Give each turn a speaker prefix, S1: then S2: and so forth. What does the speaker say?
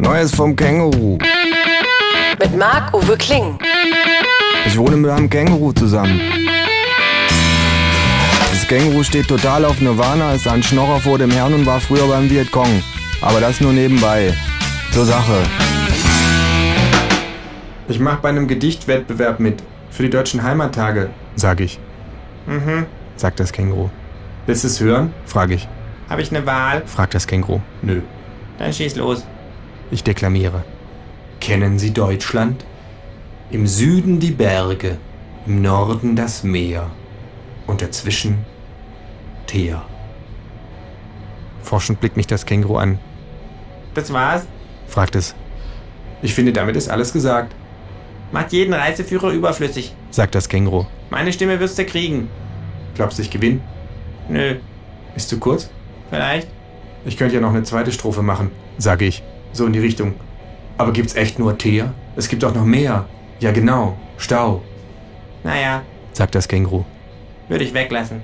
S1: Neues vom Känguru.
S2: Mit Marc-Uwe Kling.
S1: Ich wohne mit einem Känguru zusammen. Das Känguru steht total auf Nirvana, ist ein Schnorrer vor dem Herrn und war früher beim Vietcong. Aber das nur nebenbei. Zur Sache. Ich mache bei einem Gedichtwettbewerb mit. Für die deutschen Heimattage, sag ich. Mhm, sagt das Känguru. Willst du es hören? frage ich.
S3: Habe ich eine Wahl?
S1: Fragt das Känguru. Nö.
S3: Dann schieß los.
S1: Ich deklamiere. Kennen Sie Deutschland? Im Süden die Berge, im Norden das Meer und dazwischen Teer. Forschend blickt mich das Känguru an,
S3: Das war's.
S1: fragt es. Ich finde, damit ist alles gesagt,
S3: Macht jeden Reiseführer überflüssig.
S1: sagt das Känguru.
S3: Meine Stimme wirst du kriegen.
S1: Glaubst du, ich gewinne?
S3: Nö,
S1: Ist zu kurz?
S3: vielleicht.
S1: Ich könnte ja noch eine zweite Strophe machen, sage ich. So in die Richtung. Aber gibt's echt nur Teer? Es gibt auch noch mehr. Ja, genau. Stau,
S3: Naja,
S1: sagt das Känguru.
S3: würde ich weglassen.